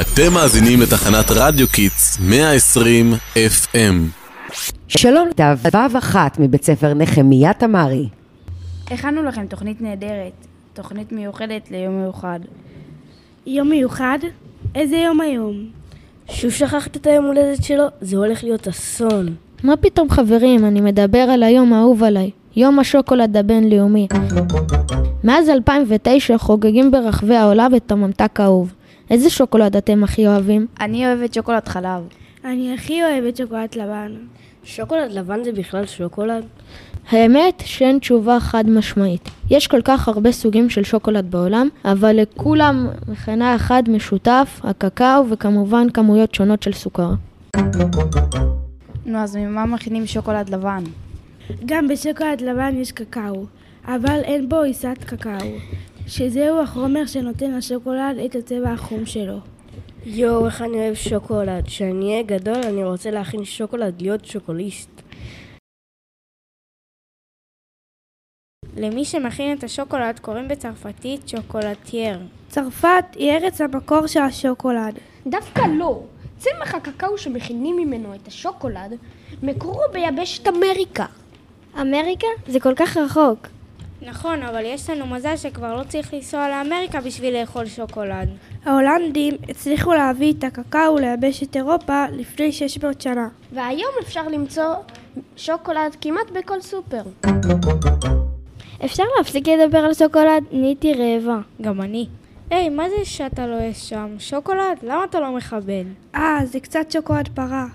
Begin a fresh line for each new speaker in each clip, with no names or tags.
אתם מאזינים לתחנת רדיו קיטס 120 FM.
שלום, אתה ו' אחת מבית ספר נחמיה תמרי.
הכנו לכם תוכנית נהדרת, תוכנית מיוחדת ליום מיוחד.
יום מיוחד? איזה יום היום?
שוב שכחת את היום הולדת שלו? זה הולך להיות אסון.
מה פתאום חברים, אני מדבר על היום האהוב עליי, יום השוקולד הבינלאומי. מאז 2009 חוגגים ברחבי העולם את הממתק האהוב. איזה שוקולד אתם הכי אוהבים?
אני אוהבת שוקולד חלב.
אני הכי אוהבת שוקולד לבן.
שוקולד לבן זה בכלל שוקולד?
האמת שאין תשובה חד משמעית. יש כל כך הרבה סוגים של שוקולד בעולם, אבל לכולם מכנה אחד משותף, הקקאו וכמובן כמויות שונות של סוכר.
נו, אז ממה מכינים שוקולד לבן?
גם בשוקולד לבן יש קקאו, אבל אין בו עיסת קקאו, שזהו החומר שנותן לשוקולד את הצבע החום שלו.
יואו, איך אני אוהב שוקולד. כשאני אהיה גדול, אני רוצה להכין שוקולד להיות שוקוליסט.
למי שמכין את השוקולד קוראים בצרפתית שוקולטייר.
צרפת היא ארץ המקור של השוקולד.
דווקא לא. צמח הקקאו שמכינים ממנו את השוקולד, מקורו ביבשת אמריקה.
אמריקה? זה כל כך רחוק.
נכון, אבל יש לנו מזל שכבר לא צריך לנסוע לאמריקה בשביל לאכול שוקולד.
ההולנדים הצליחו להביא את הקקאו לייבש את אירופה לפני 600 שנה.
והיום אפשר למצוא שוקולד כמעט בכל סופר.
אפשר להפסיק לדבר על שוקולד? נהייתי רעבה.
גם אני. היי, מה זה שאתה לא יש שם? שוקולד? למה אתה לא מכבד?
אה, זה קצת שוקולד פרה.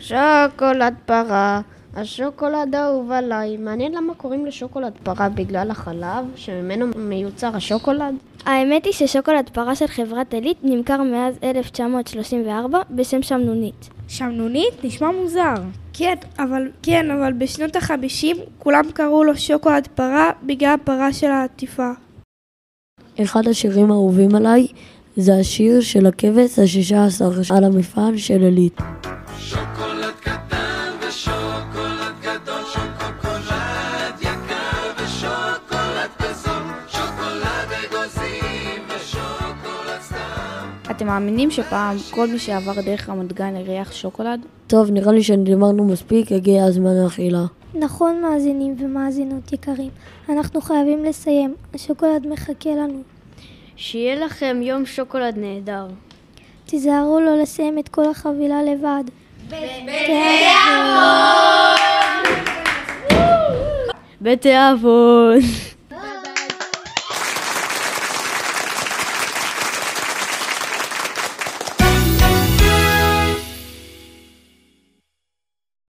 שוקולד פרה, השוקולד האהוב עליי. מעניין למה קוראים לשוקולד פרה בגלל החלב שממנו מיוצר השוקולד?
האמת היא ששוקולד פרה של חברת עילית נמכר מאז 1934 בשם שמנונית.
שמנונית? נשמע מוזר.
כן, אבל, כן, אבל בשנות החמישים כולם קראו לו שוקולד פרה בגלל הפרה של העטיפה.
אחד השירים האהובים עליי זה השיר של הכבש השישה עשר על המפעל של עילית.
שוקולד קטן ושוקולד גדול, שוקולד יקר ושוקולד פזון, שוקולד אגוזים ושוקולד סתם.
אתם מאמינים שפעם כל מי שעבר דרך רמת גן הריח שוקולד?
טוב, נראה לי שדיברנו מספיק, הגיע הזמן לאכילה.
נכון, מאזינים ומאזינות יקרים, אנחנו חייבים לסיים, השוקולד מחכה לנו.
שיהיה לכם יום שוקולד נהדר.
תיזהרו לא לסיים את כל החבילה לבד.
בתיאבון!